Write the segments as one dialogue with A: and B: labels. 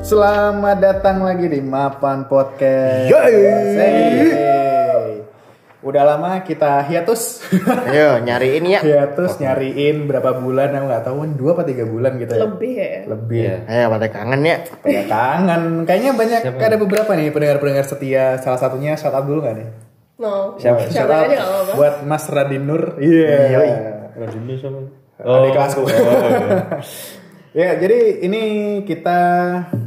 A: Selamat datang lagi di Mapan Podcast.
B: Yeay.
A: Yeay. Udah lama kita hiatus.
B: Ayo nyariin ya.
A: hiatus nyariin berapa bulan aku nggak tahu, dua apa tiga bulan gitu ya.
C: lebih ya
A: Lebih.
B: Iya. Ayo pada kangen ya.
A: Pegang tangan. Kayaknya banyak ada beberapa nih pendengar-pendengar setia. Salah satunya shout out dulu gak nih?
C: no
A: Siapa?
C: Shout out aja nggak apa-apa
A: buat Mas Radinur. Iya.
B: Yoi.
D: Radindu sama
A: Adik kelasku. iya. Ya, jadi ini kita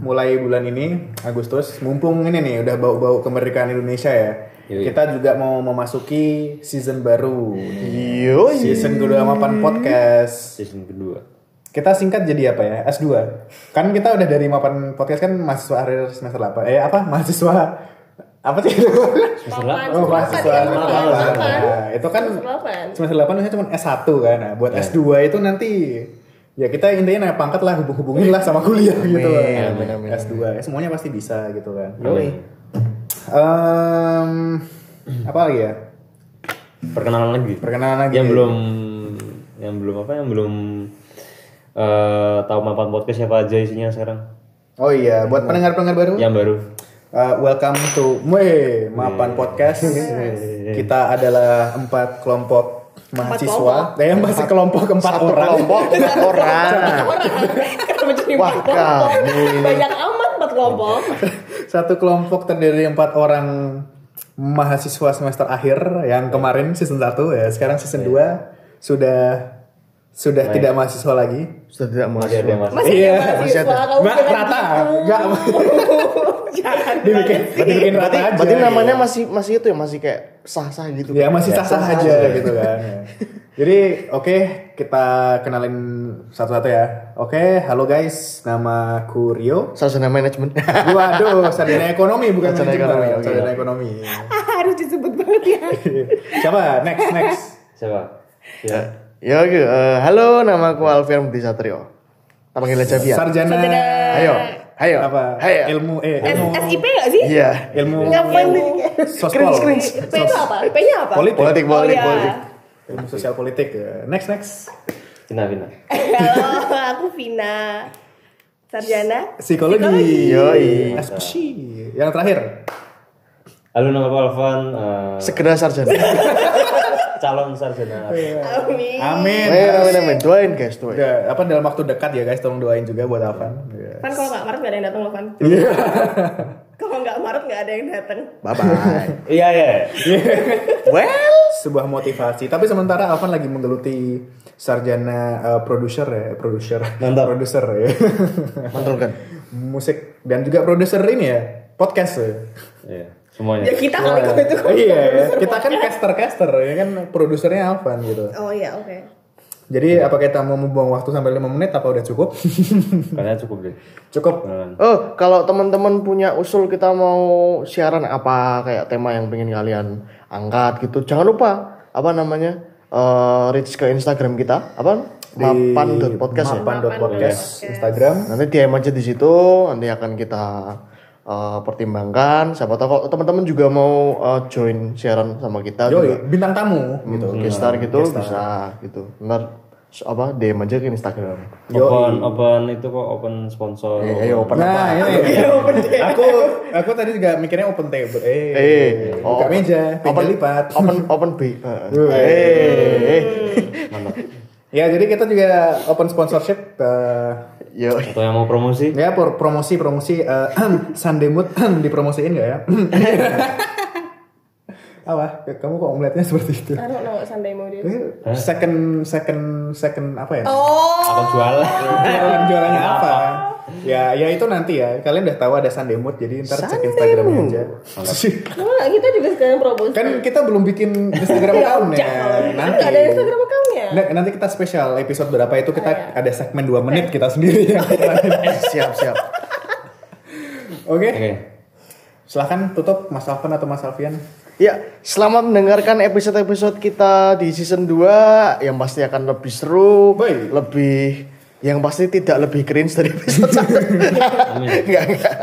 A: mulai bulan ini Agustus, mumpung ini nih udah bau-bau kemerdekaan Indonesia ya.
D: Yoi.
A: Kita juga mau memasuki season baru.
B: Yoi.
A: Iya. Season kedua Mapan Podcast.
D: Season kedua.
A: Kita singkat jadi apa ya? S2. Kan kita udah dari Mapan Podcast kan mahasiswa akhir semester 8. Eh, apa? Mahasiswa apa sih itu?
C: Papan,
A: Oh,
C: papan,
A: mahasiswa.
C: kan, papan, papan.
A: Nah, itu kan
C: Semester delapan.
A: semester 8 biasanya cuma S1 kan. Nah, buat S2 itu nanti ya kita intinya naik pangkat lah, hubung-hubungin lah sama kuliah gitu lah.
B: Amin, amin,
A: S2 ya, semuanya pasti bisa gitu kan.
D: Yoi.
A: Em, apa lagi ya?
D: Perkenalan lagi.
A: Perkenalan lagi.
D: Yang belum yang belum apa yang belum eh tahu mapan podcast siapa aja isinya sekarang?
A: Oh iya, buat pendengar-pendengar baru.
B: Ya.
D: Yang baru.
A: eh, welcome to Mwe Mapan Podcast. Kita adalah empat kelompok mahasiswa. Eh, masih kelompok empat
B: Satu
A: orang.
B: kelompok empat orang.
C: Kenapa jadi
B: Wah,
C: empat kelompok?
B: kamu.
C: banyak amat empat kelompok
A: Satu kelompok terdiri dari empat orang mahasiswa semester akhir yang
B: Iya.
A: kemarin season 1 ya, sekarang season 2 sudah sudah tidak mahasiswa lagi.
B: Sudah tidak mau.
D: Masih ada yang masuk.
C: masih
A: Iya,
C: ada
A: masih
C: mahasiswa
A: ada.
C: kamu
A: Nggak,
C: bilang
A: rata.
C: gitu. Iya.
A: Nggak.
C: jangan
A: Dibikin dibikin rata
B: Berarti,
A: aja.
B: berarti
A: gitu.
B: namanya masih masih itu ya masih kayak sah-sah gitu.
A: ya masih sah-sah
B: Sah-sah
A: aja gitu kan. Jadi oke kita kenalin satu-satu ya. Oke, halo guys, nama ku Rio.
B: Sarjana manajemen.
A: Waduh, sarjana ekonomi bukan manajemen,
B: Sarjana ekonomi, oke.
A: sarjana ekonomi.
C: Ah, harus disebut banget ya
A: Iya. Siapa? Next, next.
D: Siapa? Ya.
B: ya oke. Eh, halo, nama aku Alfian Budi Satrio. Panggil aja Bian.
A: Sarjana,
C: Sarjana.
B: Ayo, Iya. ayo.
A: apa?
B: Ayo.
A: Ilmu eh
C: S-
A: ilmu
C: SIP gak sih?
B: Iya.
A: ilmu
C: ngapain nih?
A: sospol.
C: P itu apa? P nya apa?
A: Politik.
B: Politik,
C: Oh,
B: politik,
C: iya.
B: politik.
A: Ilmu sosial politik. ya. Next, next.
D: Vina Vina.
C: Halo, aku Vina Sarjana
A: Psikologi.
B: Yoi.
A: SPSI. Yang terakhir.
D: Halo nama aku Alvan. eh,
B: Segera sarjana.
D: calon sarjana.
C: iya. Amin
A: Amin.
B: Amin, amin, amin. Doain guys, doain.
A: Udah, apa dalam waktu dekat ya guys, tolong doain juga buat Alvan. Iya.
C: Pan Kan kalau gak Maret gak ada yang datang loh Pan Kalau gak Maret gak ada yang datang
B: Bye bye.
D: Iya iya.
B: well,
A: sebuah motivasi. Tapi sementara Alvan lagi menggeluti sarjana eh, produser ya, produser,
D: Mantap.
A: produser ya.
B: mantul kan?
A: Musik dan juga produser ini ya, podcast ya.
D: Iya. Semuanya.
C: Ya kita kali kalau itu
A: Oh, iya, ya. kita kan caster-caster ya kan produsernya Alvan gitu.
C: Oh iya oke
A: Jadi apa kita mau membuang waktu sampai 5 menit apa udah cukup?
D: Kayaknya cukup deh.
A: cukup.
D: Kenalan.
B: Oh, kalau teman-teman punya usul kita mau siaran apa kayak tema yang pengen kalian angkat gitu, jangan lupa apa namanya eh reach ke Instagram kita apa mapan.podcast ya.
A: Mapan.podcast Instagram.
B: Nanti DM aja di situ, nanti akan kita eh, pertimbangkan. Siapa tahu kalau teman-teman juga mau eh, join siaran sama kita
A: Yo,
B: juga,
A: bintang tamu gitu.
B: gitu, guest star gitu bisa gitu. Ntar apa DM aja ke Instagram.
D: Open open itu kok open sponsor.
B: Eh, ayo open apa?
A: Nah, ini. aku aku tadi juga mikirnya open table. Eh,
B: Eh,
A: buka
B: oh,
A: meja, meja
B: open-
A: lipat.
B: Open open B. Eh, eh.
D: Mantap.
A: Ya, jadi kita juga open sponsorship eh,
B: Yo.
D: Atau yang mau promosi?
A: ya por- promosi-promosi eh, Sunday Mood dipromosiin gak ya? apa? Kamu kok melihatnya seperti itu?
C: I don't know what Sunday mood is.
A: Eh, Second second second apa ya?
C: Oh,
D: Apa jualan?
A: Jualan jualannya apa? Ya, ya itu nanti ya. Kalian udah tahu ada Sunday Mood jadi ntar cek Instagramnya aja.
C: nah, kita juga sekalian promosi.
A: kan kita belum bikin Instagram account ya.
C: Nanti
A: Nanti
C: Iya, ada Instagram ya? Oh, account-nya.
A: Nah, nanti kita spesial episode berapa itu kita
C: iya.
A: ada segmen 2 menit kita sendiri. yang kemarin.
B: siap siap.
A: Oke.
D: Oke.
A: Silahkan tutup Mas Alvan atau Mas Alfian.
B: Ya, selamat mendengarkan episode-episode kita di season 2 yang pasti akan lebih seru,
A: Baik.
B: lebih yang pasti tidak lebih cringe dari episode 1. Enggak, enggak.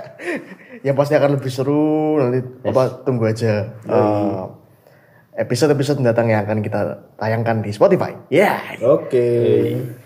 B: Yang pasti akan lebih seru, nanti apa tunggu aja. eh, episode-episode mendatang yang akan kita tayangkan di Spotify. Ya.
A: Oke.